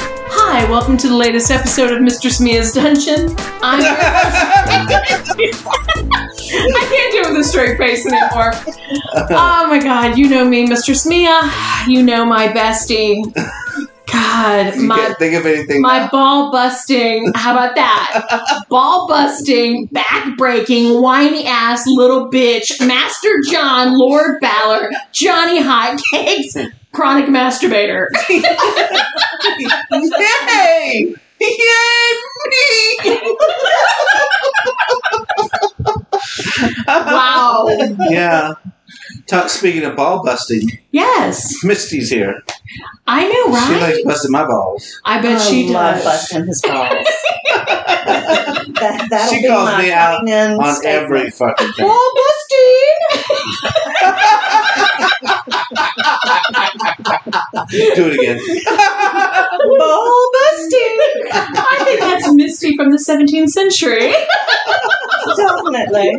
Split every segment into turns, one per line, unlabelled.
Hi, welcome to the latest episode of Mistress Mia's Dungeon. I'm your host. I can't do it with a straight face anymore. Oh my god, you know me, Mistress Mia. You know my bestie. God,
You
my
can't think of anything.
my ball busting. How about that? ball busting, back breaking, whiny ass little bitch, Master John, Lord Balor, Johnny Hot Cakes, chronic masturbator.
Yay! Yay me!
Wow.
Yeah. Talk, speaking of ball busting,
Yes,
Misty's here.
I know,
She
right?
likes busting my balls.
I bet she
love
does.
busting his balls. that, that'll
She
be
calls
my
me out
coming in
On
statement.
every fucking thing.
Ball busting.
Do it again.
ball busting.
I think that's Misty from the 17th century.
Definitely.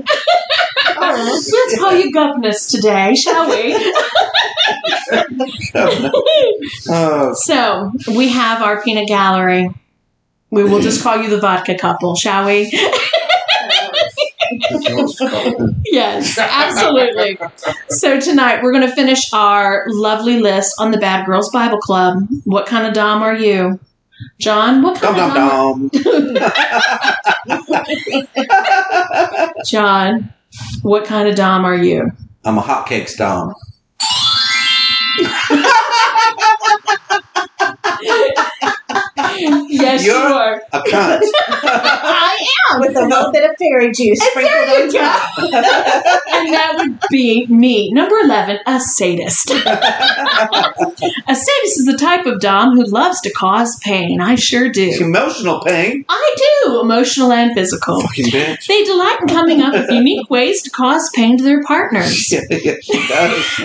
Oh,
Let's call you governess today, shall we?
oh,
So we have our peanut gallery. We will just call you the vodka couple, shall we? Yes, absolutely. so tonight we're going to finish our lovely list on the Bad Girls Bible Club. What kind of dom are you, John? What
dum
kind
dum
of dom?
dum.
John, what kind of dom are you?
I'm a hotcakes dom.
yes, you
You're-
are.
A cunt.
I
with a little bit of fairy juice sprinkled
There you
on
go.
top.
and that would be me. Number 11, a sadist. a sadist is the type of Dom who loves to cause pain. I sure do.
Emotional pain.
I do, emotional and physical.
Fucking bitch.
They delight in coming up with unique ways to cause pain to their partners.
Yeah, yeah, she does.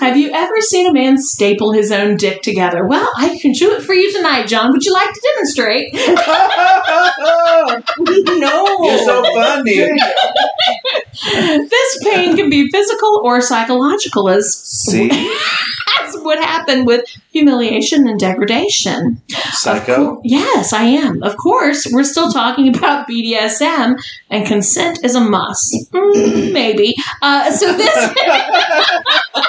Have you ever seen a man staple his own dick together? Well, I can do it for you tonight, John. Would you like to demonstrate?
No.
You're so funny.
this pain can be physical or psychological, as
See?
as would happen with humiliation and degradation.
Psycho.
Yes, I am. Of course, we're still talking about BDSM, and consent is a must. Mm, maybe. Uh, so this,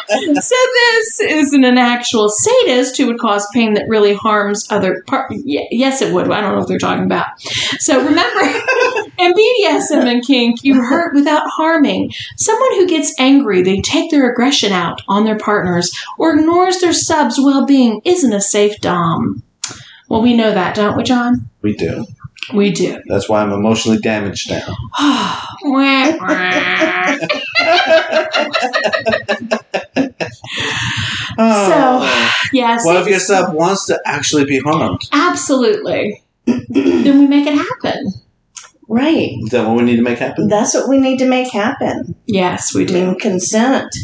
so this isn't an actual sadist who would cause pain that really harms other. Par- y- yes, it would. I don't know what they're talking about. So remember, in BDSM and kink, you hurt without harming. Someone who gets angry, they take their aggression out on their partners or ignores their sub's well-being, isn't a safe dom. Well, we know that, don't we, John?
We do.
We do.
That's why I'm emotionally damaged now.
so, yes.
what if your sub wants to actually be harmed?
Absolutely. then we make it happen.
Right.
Is that what we need to make happen?
That's what we need to make happen.
Yes, we
I
do.
mean, consent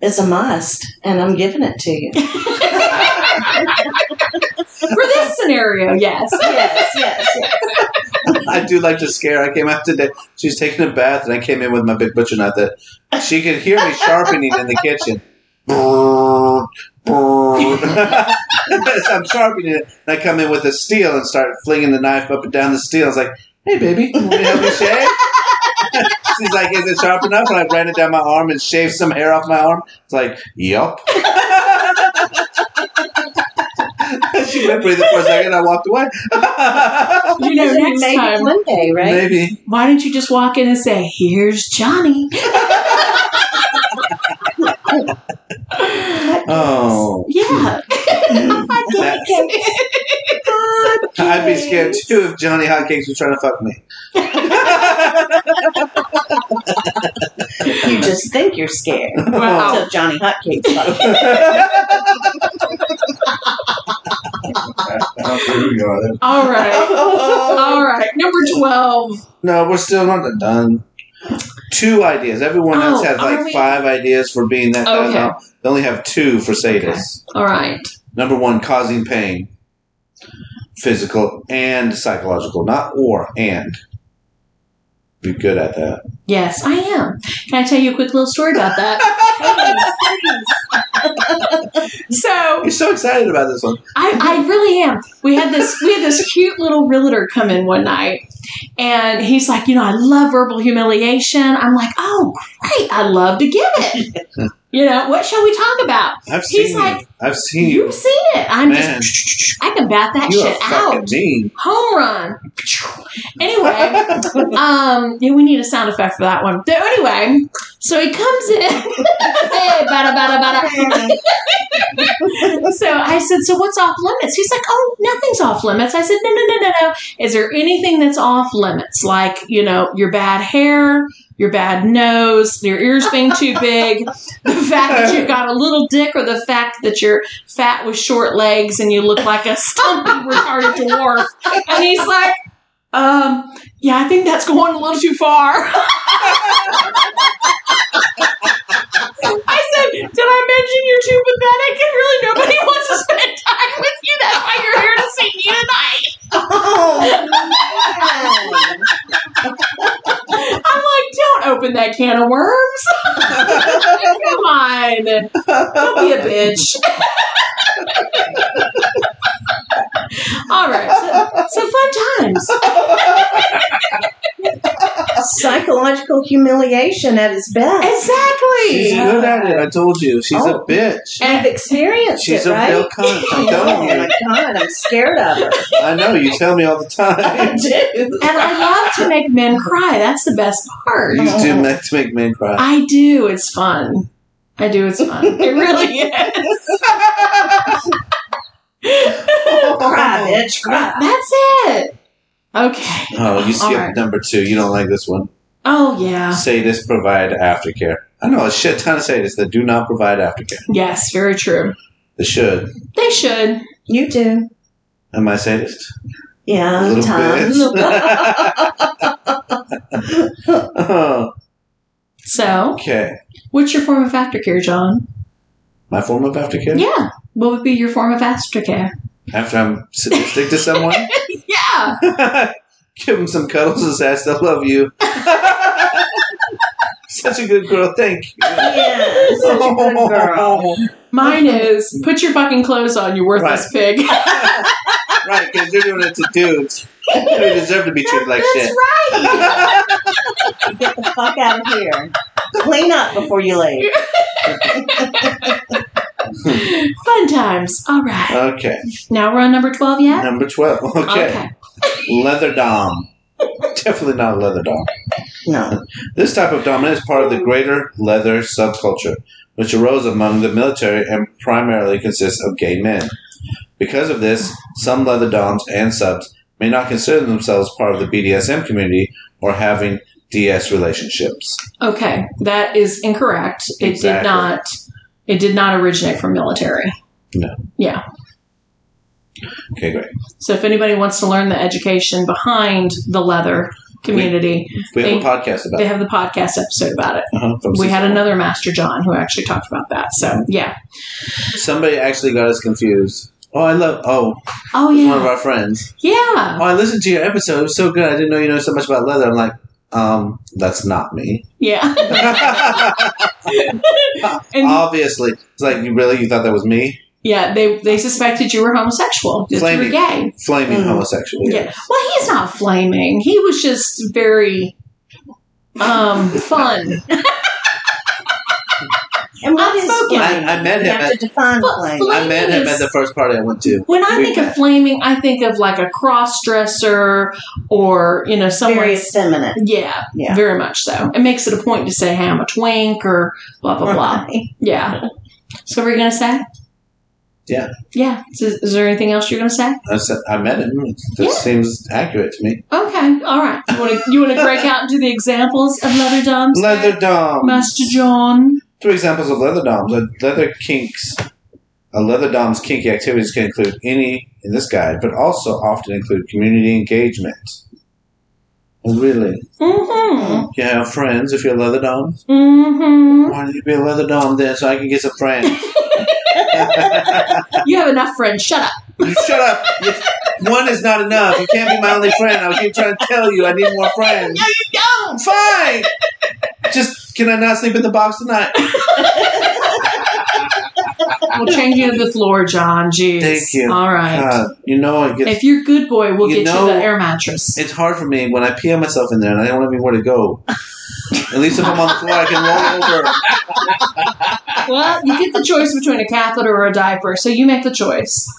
is a must, and I'm giving it to you.
For this scenario, yes.
yes, yes, yes.
I do like to scare. I came out today. She was taking a bath, and I came in with my big butcher knife. That she could hear me sharpening in the kitchen. Brrr, brrr. so I'm sharpening it, and I come in with a steel and start flinging the knife up and down the steel. I was like, "Hey, baby, want me to help you shave?" She's like, "Is it sharp enough?" And I ran it down my arm and shaved some hair off my arm. It's like, "Yup." she went breathing for a second. I walked away.
You know, next
Maybe
time,
one day, right?
Maybe.
why don't you just walk in and say, here's Johnny?
Oh,
Yeah.
that- Oh. I'd be scared too if Johnny Hotcakes was trying to fuck me.
You just think you're scared.
Wow.
Until Johnny Hotcakes fucks you.
All right.
Oh.
Oh,
All right. Number 12.
no, we're still not done. Two ideas. Everyone else
Oh,
has
are
like
we-
five ideas for being that.
Okay.
that- They only have two for sadists.
All right.
Number one, causing pain, physical and psychological, not or and. Be good at that.
Yes, I am. Can I tell you a quick little story about that? So
You're so excited about this one.
I, I really am. We had this we had this cute little realtor come in one night, and he's like, you know, I love verbal humiliation. I'm like, oh great, I love to give it. You know, what shall we talk about?
I've
He's
seen you.
like,
I've seen you.
You've seen it. I'm
Hmm. Man.
just I can bat that
You are
shit
fucking
out.
mean.
Home run. Anyway, um, yeah, we need a sound effect for that one. But anyway, so he comes in. hey, bada bada bada. So I said, So what's off limits? He's like, Oh, nothing's off limits. I said, No, no, no, no, no. Is there anything that's off limits? Like, you know, your bad hair, your bad nose, your ears being too big, the fact that you've got a little dick, or the fact that you're fat with short legs and you look like a stumpy, retarded dwarf. And he's like, um, yeah, I think that's going a little too far. I said, did I mention you're too pathetic? And really nobody wants to spend time with you. That's why you're here to see me tonight.
Oh, man.
I'm like, don't open that can of worms. Come on. Don't be a bitch. All right. So, so fun times.
Psychological humiliation at its best.
Exactly.
She's good at it. I told you. She's
Oh.
a bitch.
I've experienced
She's
it,
a
right?
real cunt. I'm
oh
telling you.
my god, I'm scared of her.
I know. You tell me all the
I
time.
do.
And I love to make men cry. That's the best part.
You do make to make men cry.
I do. It's fun. I do. It's fun. It really is.
Cry, bitch, cry.
That's it. Okay.
Oh, you skipped
Alright.
number two. You don't like this one.
Oh yeah.
Sadists provide aftercare. I know a shit ton of sadists that do not provide aftercare.
Yes. Very true.
They should.
They should.
You do.
Am I sadist?
Yeah,
A little
Tom.
bit.
So,
okay.
what's your form of aftercare, John?
My form of aftercare?
Yeah. What would be your form of aftercare?
After I'm sadistic to someone?
Yeah.
Give them some cuddles and say, I still love you. Such a good girl. Thank you.
Yeah, such a good girl.
Mine is put your fucking clothes on, you worthless pig.
Right, because you're doing it to dudes. They deserve to be treated like
That's
shit.
right.
Get the fuck out of here. Clean up before you leave.
Fun times. All right.
Okay.
Now we're on number twelve yet.
Number 12. Okay. Leather Dom. Definitely not a leather dom.
No.
This type of dominant is part of the greater leather subculture, which arose among the military and primarily consists of gay men. Because of this, some leather doms and subs may not consider themselves part of the BDSM community or having DS relationships.
Okay, that is incorrect. It did
Exactly.
not. It did not originate from military.
No.
Yeah.
Okay, great.
So if anybody wants to learn the education behind the leather community,
We have a
They-
podcast about
they
it.
have the podcast episode about it.
Uh-huh, from
We had
season-
another Master John who actually talked about that. So yeah.
Somebody actually got us confused. Oh, I love. Oh,
Oh
one of
yeah.
our friends.
Yeah.
Oh, I listened to your episode. It was so good. I didn't know you know so much about leather. I'm like, um, that's not me.
Yeah.
Uh,
And
Obviously, it's like you really you thought that was me,
yeah, they they suspected you were homosexual. That you were
Flaming.
gay.
flaming
Mm.
homosexual.
Yeah. Well, he's not flaming. He was just very um fun.
And what is
Outspoken.
flaming?
I- I met
You
him
have
at-
to define
Well,
flame.
fl-
I met him
Flaming
at
is-
the first party I went to.
When I
We
think
met.
of flaming, I think of like a cross dresser or, you know,
Very
someone.
effeminate.
Yeah,
Yeah.
very much so. It makes it a point to say, hey, I'm a twink or blah, blah, blah. Yeah. So, what were you going to say?
Yeah.
Yeah. So Is, there anything else you're going to say?
I, said, I met him. That
Yeah.
seems accurate to me.
Okay. All right. You want to you want to break out into the examples of leather doms?
Leather dom.
Master John.
Two examples of leather doms. Le- Leather kinks. A leather dom's kinky activities can include any in this guide, but also often include community engagement. Really?
Mm
You have friends if you're a leather dom?
hmm. Mm
Why don't you be a leather dom then so I can get some friends?
hmm. You have enough friends. Shut up.
You shut up. You- One is not enough. You can't be my only friend. I keep trying to tell you I need more friends.
No, you don't.
Fine. Just can I not sleep in the box tonight?
We'll change you to the floor, John. Jeez.
Thank you. Uh,
All right.
God, you know, I get
if you're a good boy, we'll
You
get
know-
you the air mattress.
it's hard for me when I pee on myself in there and I don't have anywhere to go. At least if I'm on the floor, I can roll over.
well, you get the choice between a catheter or a diaper, so you make the choice.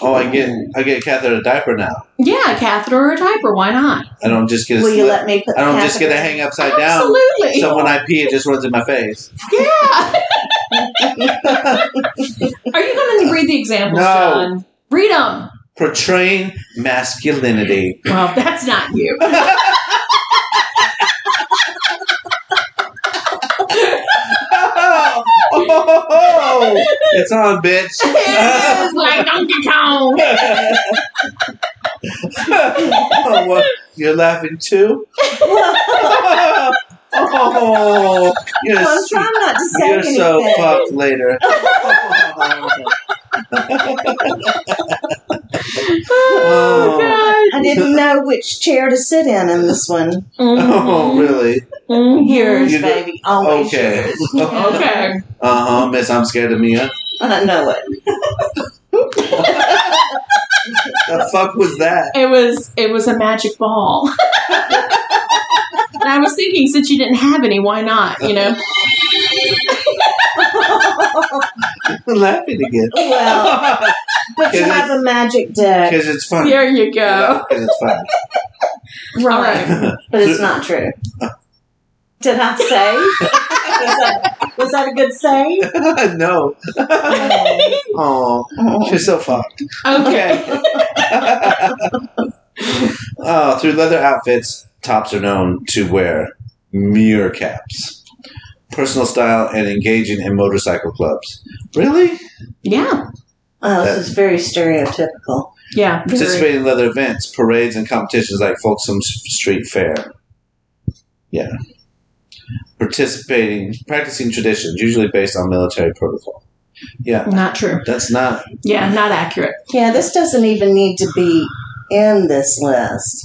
Oh, I get I get a catheter a diaper now.
Yeah, a catheter or a diaper. Why not?
I don't just get a
Will you
slip.
let me put?
I don't
the
just get to hang upside down.
Absolutely.
So when I pee, it just runs in my face.
yeah. Are you going to read the examples,
No.
John? Read them.
Portraying masculinity.
Well, that's not you.
Oh, it's on, bitch.
it is like Donkey Kong.
Oh, what? You're laughing too. oh, you're,
Well, I'm
s-
trying not to say
you're
anything.
so fucked later. Oh,
Oh,
I didn't know which chair to sit in in this one.
God. Mhm.
Oh, really?
Mhm.
Yours,
You do-
baby, always.
Okay.
yours.
Okay.
Uh huh, Miss. I'm scared of Mia.
I know it.
The fuck was that?
It was it was a magic ball. and I was thinking since you didn't have any, why not? You know?
I'm laughing again.
Well, but you
Is it-
have a magic deck,
Because it's fun.
There you go.
Because it's fun.
right?
All right.
But it's not true. Did I say? was, that, was that a good say?
no. Oh,
Oh.
you're so fucked.
Okay.
Okay. oh, through leather outfits, tops are known to wear mirror caps. Personal style and engaging in motorcycle clubs. Really?
Yeah.
Oh, this is very stereotypical.
Yeah. very-
Participating in leather events, parades, and competitions like Folsom S- Street Fair. Yeah. Participating, practicing traditions, usually based on military protocol. Yeah,
Not true.
that's not.
Yeah, not accurate.
Yeah, this doesn't even need to be in this list.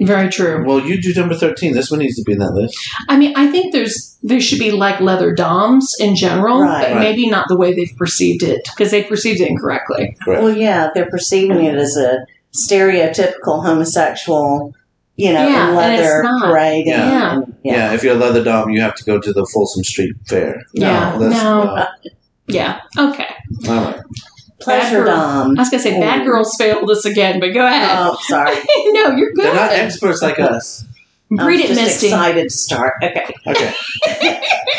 Very true.
Well, you do number 13. This one needs to be in that list.
I mean, I think there's there should be like leather doms in general,
Right.
but
Right.
maybe not the way they've perceived it because they perceived it incorrectly.
Correct.
Well, yeah, they're perceiving it as a stereotypical homosexual, you know,
Yeah, and
leather
it's not.
parade.
Yeah.
And,
Yeah. if you're a leather dom, you have to go to the Folsom Street Fair.
Yeah,
that's
no.
not-
Yeah. Okay.
all right.
Pleasure dom.
I was gonna say bad girls failed us again, but go ahead.
Oh, sorry.
no, you're
They're
good.
not experts like us.
Read
I'm
it,
just
Misty.
excited to start. Okay.
Okay.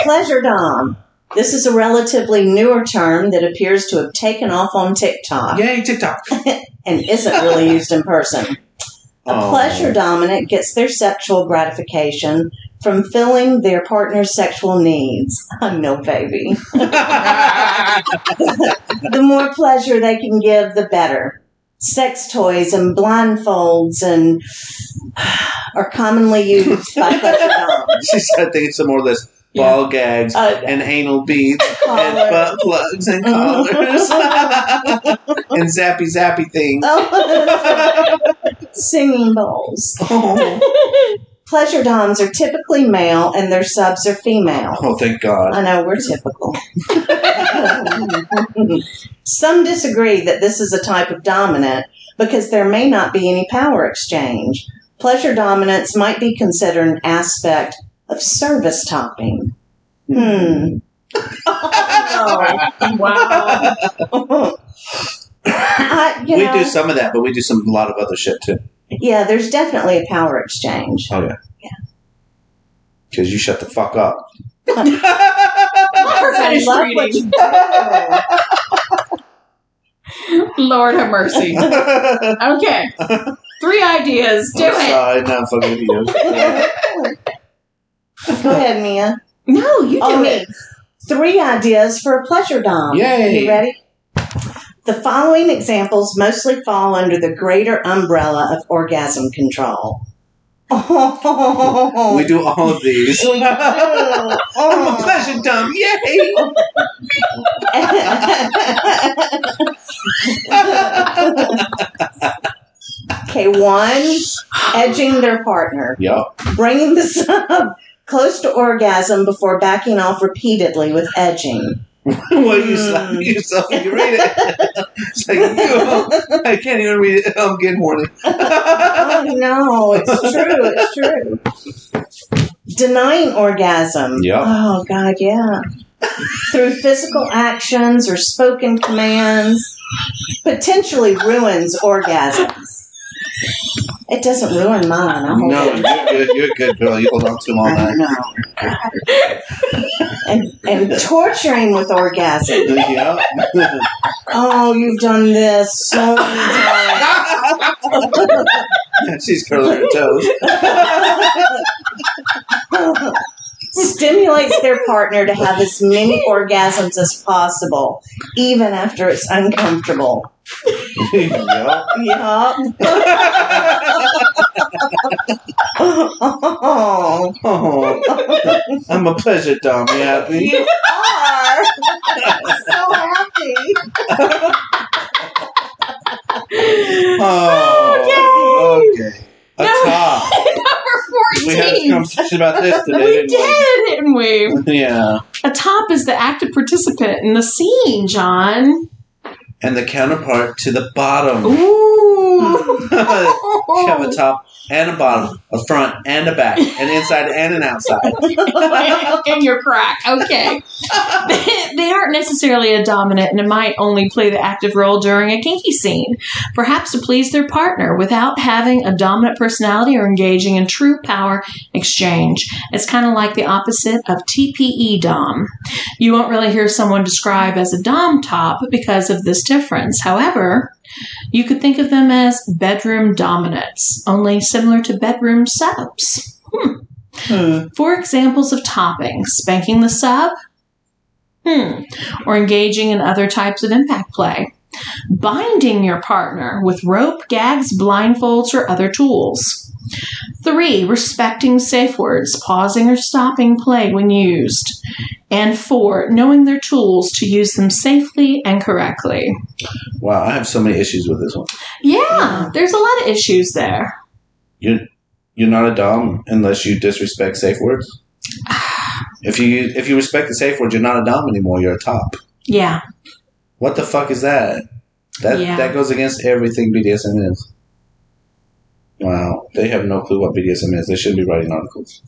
Pleasure dom. This is a relatively newer term that appears to have taken off on TikTok
Yay, TikTok.
and isn't really used in person. A
Oh.
pleasure dominant gets their sexual gratification from filling their partner's sexual needs. I know, baby. the more pleasure they can give, the better. Sex toys and blindfolds and are commonly used by pleasure doms.
she started thinking some more list.
Yeah.
Ball gags
Uh,
and anal beads and
collar.
butt plugs and collars and zappy zappy things.
Oh, singing bowls.
Oh,
Pleasure doms are typically male and their subs are female.
Oh, thank God.
I know, we're typical. Some disagree that this is a type of dominant because there may not be any power exchange. Pleasure dominance might be considered an aspect of service topping. Hmm.
wow.
I, you
we
know,
do some of that, but we do some a lot of other shit too.
yeah, there's definitely a power exchange.
Oh yeah. Because you shut the fuck up.
Let her
I
finish
love what
reading.
you do.
Lord have mercy. Okay. Three ideas. Do
I'm
it.
sorry, not fucking with you.
Go ahead, Mia.
No, you do
Oh,
it.
Three ideas for a pleasure dom.
Yay.
You ready? The following examples mostly fall under the greater umbrella of orgasm control.
Oh.
we do all of these. I'm a pleasure dump. Yay!
okay, one, edging their partner,
Yup.
bringing the sub close to orgasm before backing off repeatedly with edging.
Why are you
Mm.
slapping yourself when you read it? it's like, "Ew, I can't even read it. I'm getting horny.
oh no, it's true. It's true. Denying orgasm.
Yeah.
Oh God, yeah. Through physical actions or spoken commands, potentially ruins orgasms. It doesn't ruin mine. I hope
no,
it-
you're good, you're good, girl. You hold on too long.
I
man.
know. and and torturing with orgasm.
Yeah.
Oh, you've done this so many times.
She's curling her toes.
stimulates their partner to have as many orgasms as possible, even after it's uncomfortable.
yeah.
Yup. oh,
Oh, I'm a pleasure dumb. You happy?
you are so happy.
Oh,
Oh,
okay. A
No.
top.
Number
We had a
14.
conversation about this
We,
today,
did,
didn't
didn't we?
we? Yeah.
A top is the active participant in the scene, John.
And the counterpart to the bottom.
Ooh.
you have
Oh.
a top and a bottom, a front and a back, an inside and an outside.
in your crack. Okay. they aren't necessarily a dominant and might only play the active role during a kinky scene, perhaps to please their partner without having a dominant personality or engaging in true power exchange. It's kind of like the opposite of TPE Dom. You won't really hear someone described as a Dom top because of this difference. However, you could think of them as bedroom dominants, only similar to bedroom subs.
Hmm.
Four examples of topping spanking the sub, hmm, or engaging in other types of impact play. Binding your partner with rope, gags, blindfolds, or other tools. Three, respecting safe words, pausing or stopping play when used. And four, knowing their tools to use them safely and correctly.
Wow, I have so many issues with this one.
Yeah, there's a lot of issues there.
You're not a dom unless you disrespect safe words. If you if you respect the safe word, you're not a dom anymore. You're a top.
Yeah.
What the fuck is that? That
Yeah.
that goes against everything BDSM is. Wow, they have no clue what BDSM is. They should be writing articles.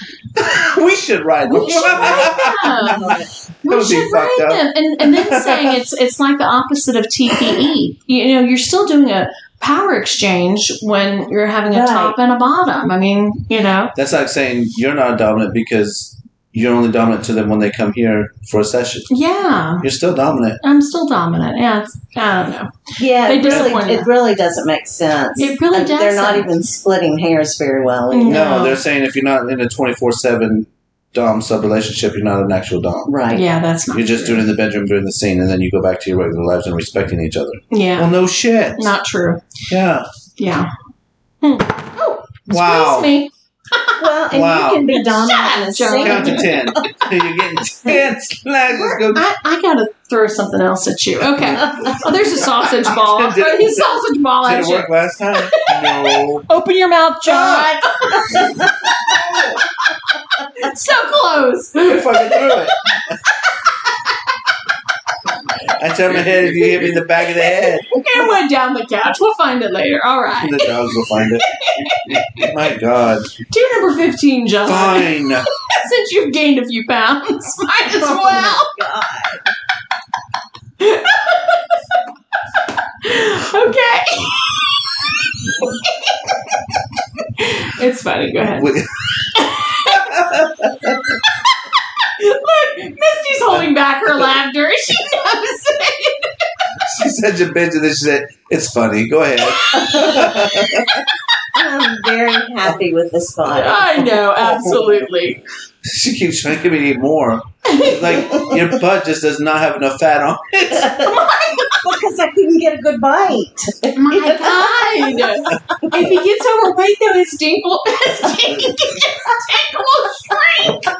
we should write.
We
them.
should write them.
That
We
would be
should write
fucked up.
them, and, and then saying it's it's like the opposite of TPE. You know, you're still doing a power exchange when you're having a
Right.
top and a bottom. I mean, you know,
That's like saying you're not dominant because you're only dominant to them when they come here for a session.
yeah,
You're still dominant.
I'm still dominant. Yeah, it's, I don't know.
Yeah,
They
it really,
disappointed.
it really doesn't make sense.
It really
And They're not
doesn't. Mm.
even splitting hairs very well. either.
No,
No.
they're saying if you're not in a 24 7 dom sub relationship, you're not an actual dom.
Right.
Yeah, that's not.
You're just
true.
doing it in the bedroom during the scene, and then you go back to your regular lives and respecting each other.
Yeah,
Well, no shit.
not true.
Yeah.
Yeah. Hmm. Oh,
Wow.
Excuse me.
Well, and
Wow.
you can be dominant in
up,
a
John.
scene.
Count to ten. You're getting ten slags. Let's go.
I, I gotta throw something else at you. Okay. Oh, there's a sausage ball. I'll throw you a sausage ball
Did
at
it
you.
work Ah, last time? No.
Open your mouth, John. so close.
I fucking threw it. I turned my head if you hit me in the back of the head.
It went down the couch. We'll find it later. All right.
The dogs will find it. My God.
To number 15, John.
Fine.
Since you've gained a few pounds, might as
Oh,
well.
God.
Okay. it's funny. Go ahead.
We-
Look, Misty's holding back her laughter. She knows it.
She's such a bitch, and then she said, "It's funny. Go ahead."
I'm very happy with this body.
I know, absolutely.
She keeps trying to get me to eat more. It's like your butt just does not have enough fat on.
because I couldn't get a good bite.
My God. If he gets overweight, though, his dink will, his dink, his dink will shrink.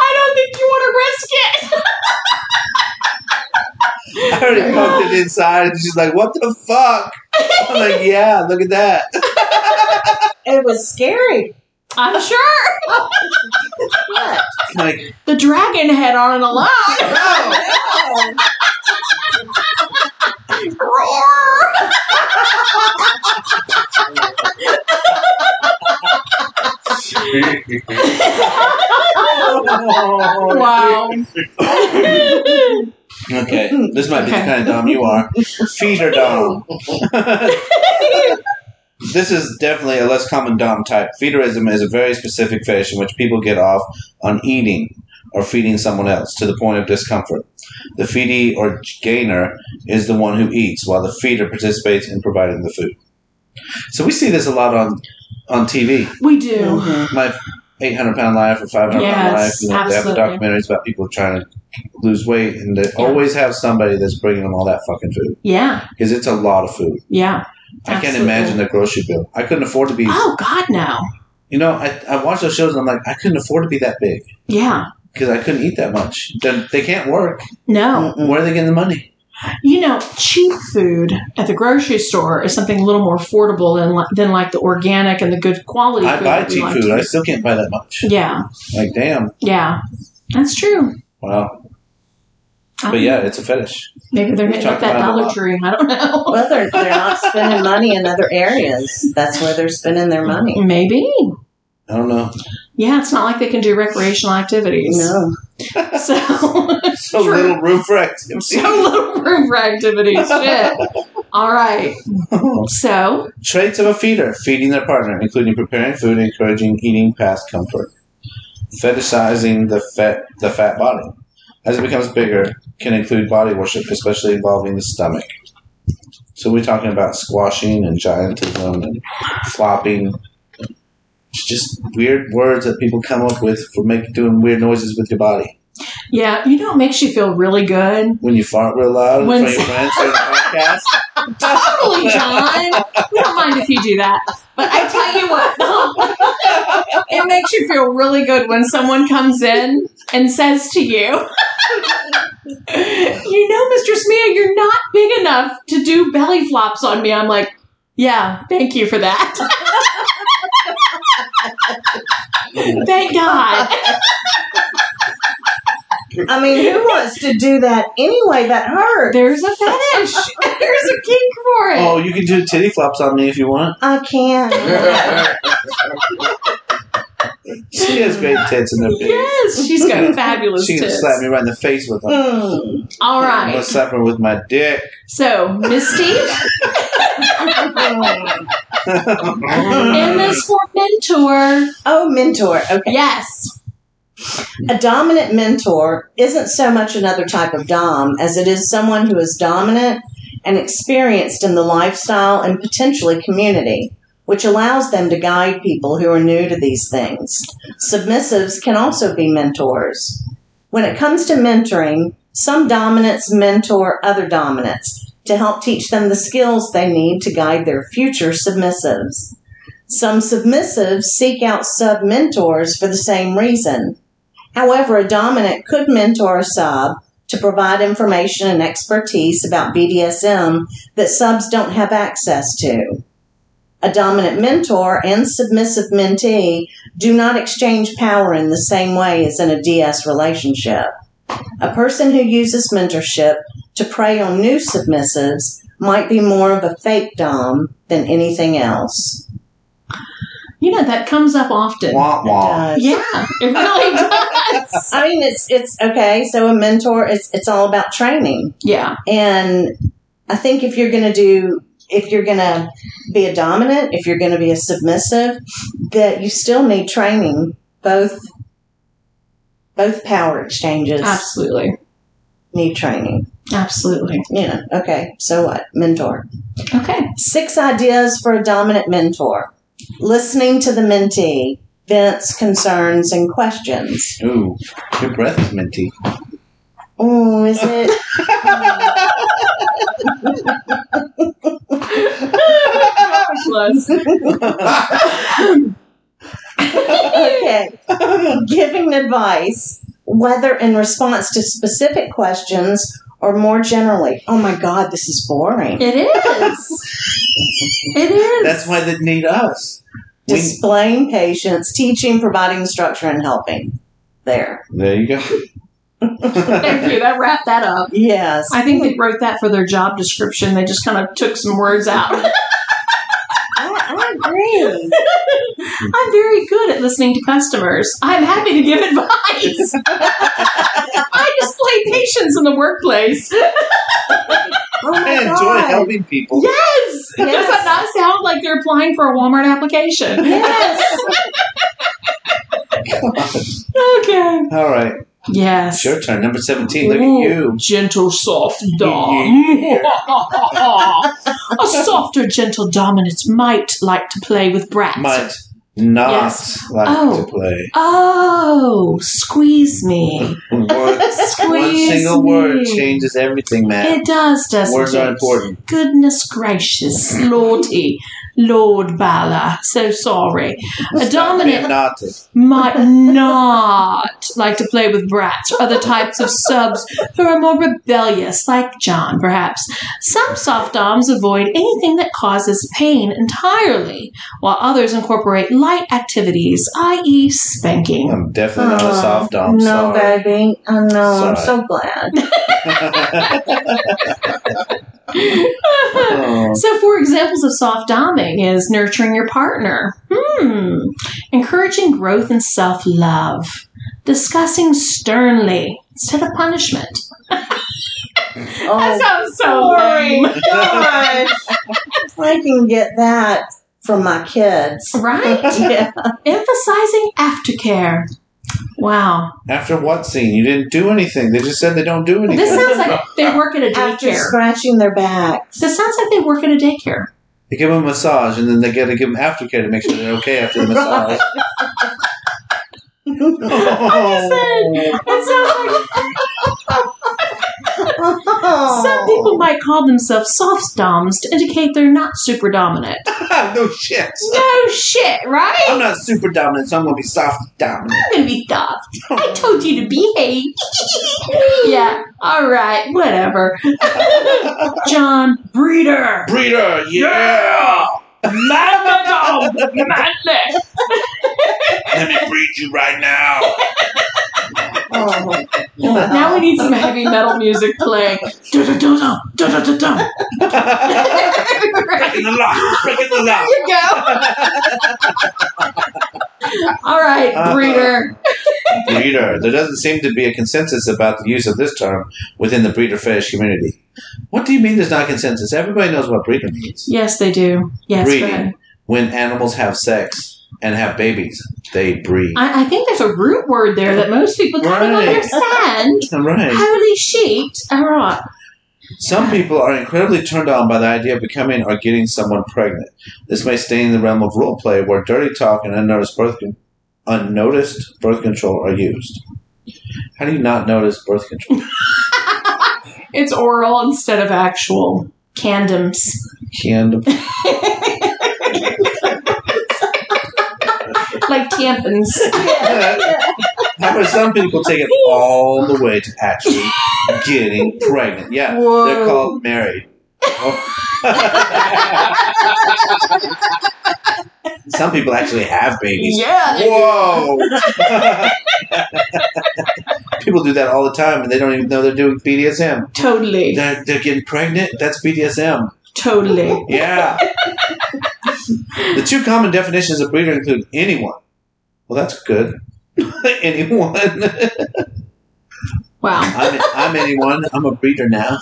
I don't think you want to risk it.
I already poked it inside, and she's like, "What the fuck?" I'm like, "Yeah, look at that."
It was scary.
I'm sure
What?
Like,
the dragon head on it alone.
no!
Oh,
Roar!
"Oh."
Wow.
okay, this might be the
Okay.
kind of dom you are. Feeder dom. this is definitely a less common dom type. Feederism is a very specific fetish in which people get off on eating or feeding someone else to the point of discomfort. The feedee or gainer is the one who eats, while the feeder participates in providing the food. So we see this a lot on on TV.
we do.
mhm.
My 800 pound life or 500 pound
Yes,
life. You know, they have the
absolutely.
documentaries about people trying to lose weight, and they
Yeah.
always have somebody that's bringing them all that fucking food
Yeah,
because it's a lot of food.
yeah.
I can't
Absolutely.
imagine the grocery bill. I couldn't afford to be.
Oh God, no.
You know, I, I watch those shows and I'm like, I couldn't afford to be that big
Yeah,
because I couldn't eat that much. Then they can't work.
no.
Mm-mm.
Where are they getting the money?
You know, cheap food at the grocery store is something a little more affordable than li- than like the organic and the good quality.
I
food
buy
that we
cheap
like to
food. I
eat.
still can't buy that much.
Yeah,
Like, damn.
yeah. That's true.
Wow.
I
But
don't
yeah,
know.
it's a fetish.
maybe they're
we
hitting up
talked
that
about it a
Dollar
lot.
Tree. I don't know.
Well, they're, they're not spending money in other areas. That's where they're spending their money.
Maybe.
I don't know.
Yeah, it's not like they can do recreational activities.
No.
So,
So
True.
little room for activity.
so little room for activities. Shit. All right. So,
Traits of a feeder feeding their partner, including preparing food, encouraging eating past comfort, fetishizing the fat, the fat body. As it becomes bigger, can include body worship, especially involving the stomach. So we're talking about squashing and giantism and flopping. It's just weird words that people come up with for making doing weird noises with your body.
yeah, you know, it makes you feel really good.
When you fart real loud in
When-
front of your friends during the podcast.
Totally, John. We don't mind if you do that. But I tell you what, it makes you feel really good when someone comes in and says to you, You know, Mr. Smia, you're not big enough to do belly flops on me. I'm like, Yeah, thank you for that. thank God.
I mean, who wants to do that anyway? That hurts.
There's a fetish, there's a kink for it.
Oh, you can do titty flops on me if you want.
I can't.
She has great tits and they're big.
Yes, she's got fabulous
She can
tits.
slap me right in the face with them.
Mm.
All
I'm gonna
right.
slap her with my dick.
So, Misty,
Mm.
M is for mentor.
Oh, mentor. Okay.
Yes.
A dominant mentor isn't so much another type of Dom as it is someone who is dominant and experienced in the lifestyle and potentially community, which allows them to guide people who are new to these things. Submissives can also be mentors. When it comes to mentoring, some dominants mentor other dominants to help teach them the skills they need to guide their future submissives. Some submissives seek out sub mentors for the same reason. However, a dominant could mentor a sub to provide information and expertise about BDSM that subs don't have access to. A dominant mentor and submissive mentee do not exchange power in the same way as in a DS relationship. A person who uses mentorship to prey on new submissives might be more of a fake dom than anything else.
You know, that comes up often.
Wah wah.
Uh,
Yeah, it really does.
I mean, it's it's okay. So a mentor, it's it's all about training.
Yeah.
And I think if you're going to do, if you're going to be a dominant, if you're going to be a submissive, that you still need training both both power exchanges
Absolutely.
need training.
Absolutely.
You know, okay, so what? Mentor.
Okay.
Six ideas for a dominant mentor. Listening to the mentee, vents, concerns, and questions.
Ooh, your breath is minty.
Oh, is it?
Plus,
okay. Giving advice, whether in response to specific questions or more generally. Oh my God, this is boring.
it is. It is.
That's why they need us. We,
displaying patience, teaching, providing structure, and helping. There.
there you go.
Oh Thank you. That wrapped that up.
Yes.
I think they wrote that for their job description. They just kind of took some words out.
I, I agree.
I'm very good at listening to customers. I'm happy to give advice. I display patience in the workplace.
Oh my
I enjoy
God.
helping people.
Yes! Does
Yes.
that not sound like they're applying for a Walmart application?
Yes.
Okay.
All right,
Yes.
it's your turn. Number 17. Look at
Ooh,
you.
Gentle, soft dom. a softer, gentle dominance might like to play with brats.
Might not
Yes.
like
Oh.
to play.
Oh, squeeze me.
Word, one
Squeeze
single word
me.
changes everything, man.
It does, doesn't
Words
it?
are important.
Goodness gracious, Lordy, Lord Bala, so sorry. A
Be
dominant
naughty.
might not like to play with brats or other types of subs who are more rebellious, like John, perhaps. Some soft doms avoid anything that causes pain entirely, while others incorporate light activities, i.e., spanking.
I'm definitely
Oh,
not a
Aw,
soft dom.
Oh. No,
sorry.
baby. I know. I'm
Sorry.
so glad.
Oh,
So, for examples of soft doming is nurturing your partner, hmm, encouraging growth and self love, discussing sternly instead of punishment. That
Oh,
sounds so lame.
gosh. I can get that from my kids.
Right?
Yeah.
Emphasizing aftercare. Wow.
After what scene? You didn't do anything. They just said they don't do anything.
This sounds like they work at a
After
daycare.
scratching their back.
This sounds like they work at a daycare.
They give them a massage, and then they got to give them aftercare to make sure they're okay after the massage.
That sounds like some people
Oh.
might call themselves soft doms to indicate they're not super dominant.
no shit.
No shit, right?
I'm not super dominant, so I'm gonna be soft dominant.
I'm gonna be soft. I told you to behave. yeah, all right, whatever. John Breeder.
Breeder, yeah.
Madam, madam.
Let me breed you right now.
Oh, my God.
Now we need some heavy metal music playing. Dun-dun-dun-dun, dun-dun-dun-dun.
Breaking the lock. Breaking the lock.
you go. All right, Breeder.
breeder. There doesn't seem to be a consensus about the use of this term within the breeder fetish community. What do you mean there's not consensus? Everybody knows what breeder means.
Yes, they do. Yes, go
Breeding.
ahead.
When animals have sex and have babies, they breed.
I, I think there's a root word there that most people kind of
Right.
understand.
All right.
Holy shit. All right.
Some people are incredibly turned on by the idea of becoming or getting someone pregnant. This may stay in the realm of role play, where dirty talk and unnoticed birth, con- unnoticed birth control are used. How do you not notice birth control?
It's oral instead of actual. Candoms.
Canned
Like tampons.
How about some people take it all the way to actually getting pregnant? Yeah,
Whoa.
they're called married. some people actually have babies.
yeah.
Whoa! people do that all the time, and they don't even know they're doing BDSM.
Totally.
They're, they're getting pregnant. That's BDSM.
Totally.
Yeah. the two common definitions of breeder include anyone. Well, that's good. anyone.
Wow.
I'm, I'm anyone. I'm a breeder now.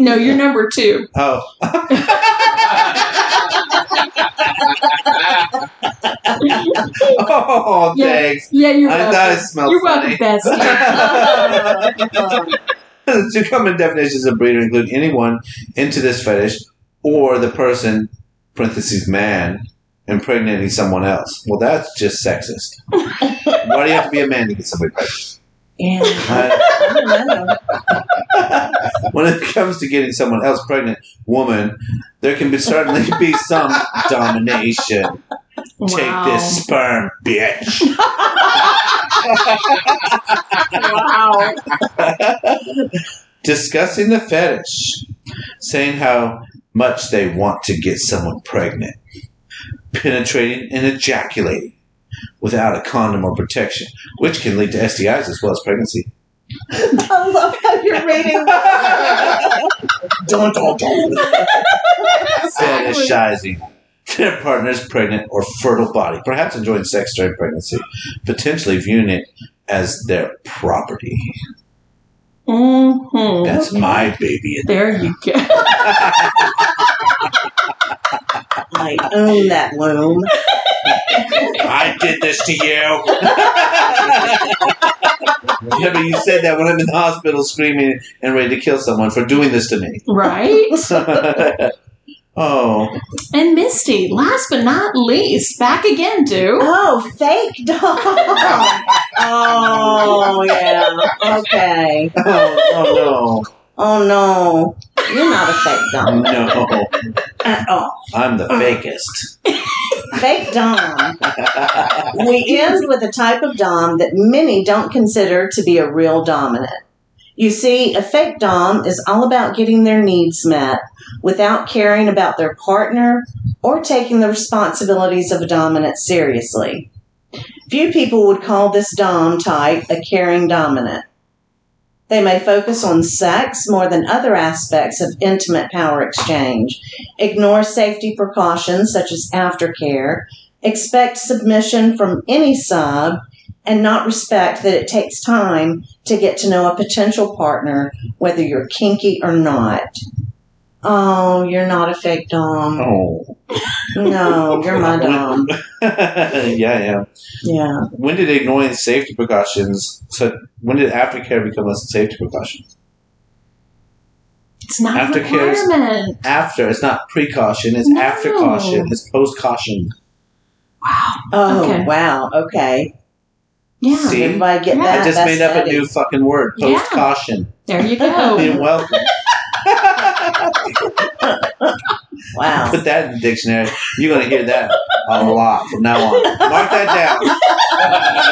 no, you're number two.
Oh, oh,
Yeah.
thanks.
Yeah, you're
I
welcome.
thought it smelled
you're
funny.
welcome, bestie.
the two common definitions of breeder include anyone into this fetish or the person, parentheses, man, impregnating someone else. Well, that's just sexist. Why do you have to be a man to get somebody pregnant?
yeah.
I-
I don't know.
when it comes to getting someone else pregnant, woman, there can be certainly be some domination.
Wow.
Take this sperm, bitch.
Wow.
discussing the fetish, saying how much they want to get someone pregnant. penetrating, and ejaculating without a condom or protection, which can lead to STIs as well as pregnancy.
I love how you're reading.
Dun, dun, dun.
Exactly.
Fetishizing their partner's pregnant or fertile body, perhaps enjoying sex during pregnancy, potentially viewing it as their property. Mm-hmm.
Mhm.
That's my baby.
There you go.
I own that womb.
I did this to you. Remember, you said that when I'm in the hospital screaming and ready to kill someone for doing this to me.
Right?
oh,
And Misty, last but not least, back again to
Oh, fake dog. Oh yeah. Okay.
oh, oh
Oh no, you're not a fake
no,
dom
no!
at all.
I'm the fakest.
Fake dom. We end with a type of dom that many don't consider to be a real dominant. You see, a fake dom is all about getting their needs met without caring about their partner or taking the responsibilities of a dominant seriously. Few people would call this dom type a caring dominant. They may focus on sex more than other aspects of intimate power exchange, ignore safety precautions such as aftercare, expect submission from any sub, and not respect that it takes time to get to know a potential partner, whether you're kinky or not. Oh, you're not a fake dom.
Oh,
No, you're my dom.
yeah, yeah.
Yeah.
When did ignoring safety precautions? So, when did aftercare become a safety precaution?
It's not a
Aftercare is-
requirement.
After it's not precaution; it's
No.
after caution. It's post caution.
Oh,
Okay.
wow. Okay.
Yeah.
See?
Everybody get
Yeah.
that.
I just
That's
made up a
Eddie.
new fucking word:
Yeah.
post caution.
There you go.
You're welcome.
Wow.
Put that in the dictionary. You're gonna hear that a lot from now on. Mark that down.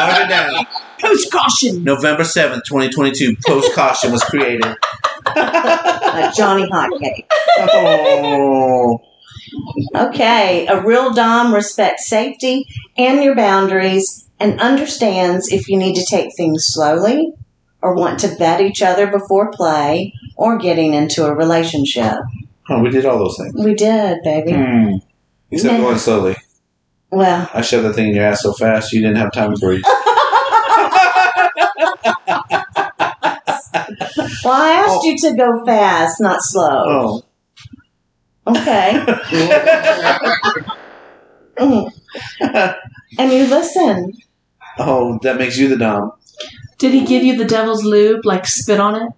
Mark it down.
Post caution.
November 7th, 2022, Post Caution was created.
Like Johnny Hotcake.
Oh,
Okay, a real Dom respects safety and your boundaries and understands if you need to take things slowly or want to vet each other before play or getting into a relationship.
Oh, we did all those things.
We did, baby.
Hmm. Except
Yeah.
going slowly.
Well,
I shoved that thing in your ass so fast you didn't have time to breathe.
well, I asked you to go fast, not slow.
Oh.
Okay. Mm. and you listen.
oh, that makes you the dom.
Did he give you the devil's lube, like spit on it?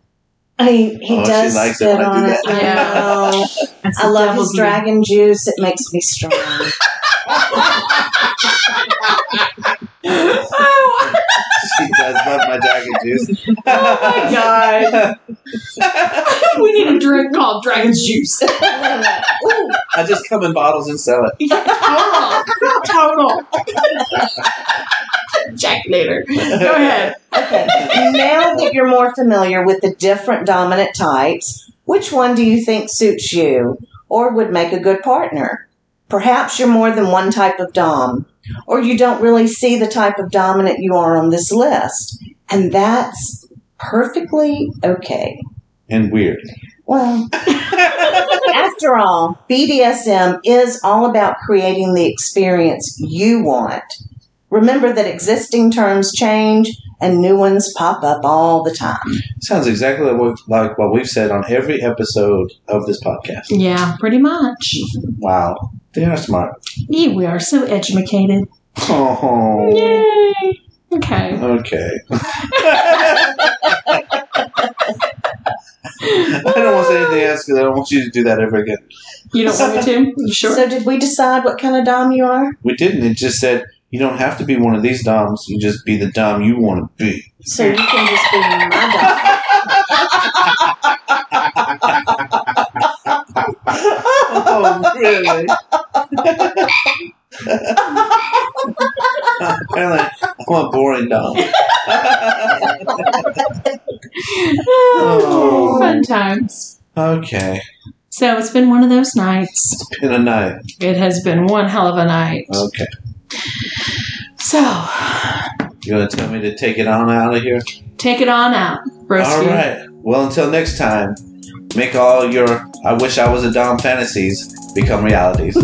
I mean, he
Oh, she
does
likes it
spit
when I do
on it.
that.
I
Yeah.
know.
That's
I
the
love
devil's
his dragon juice. It makes me strong.
lube. Oh,
She does love my dragon juice.
oh my god. we need a drink called Dragon's Juice.
Ooh,
I just come in bottles and sell it.
total. Total. Jack later. Go ahead.
okay. Now that you're more familiar with the different dominant types, which one do you think suits you or would make a good partner? Perhaps you're more than one type of dom, or you don't really see the type of dominant you are on this list, and that's perfectly okay.
And weird.
Well, after all, BDSM is all about creating the experience you want. Remember that existing terms change and new ones pop up all the time.
Sounds exactly like what- like what we've said on every episode of this podcast.
Yeah, pretty much.
Wow. They are smart.
Yeah, we are so educated.
Oh.
Yay. Okay.
Okay. I don't want to say anything else because I don't want you to do that ever again.
You don't want me to? You sure?
So, did we decide what kind of dom you are?
We didn't. It just said you don't have to be one of these doms. You just be the dom you want to be.
So you can just be my dom.
Oh, really? Apparently, I'm a boring dom.
Oh,
Oh.
Fun times.
Okay.
So it's been one of those nights.
Pin a knife.
It has been one hell of a night.
Okay.
So
You want to tell me to take it on out of here?
take it on out,
All
Broski.
right. Well, until next time, make all your I wish I was a Dom fantasies become realities.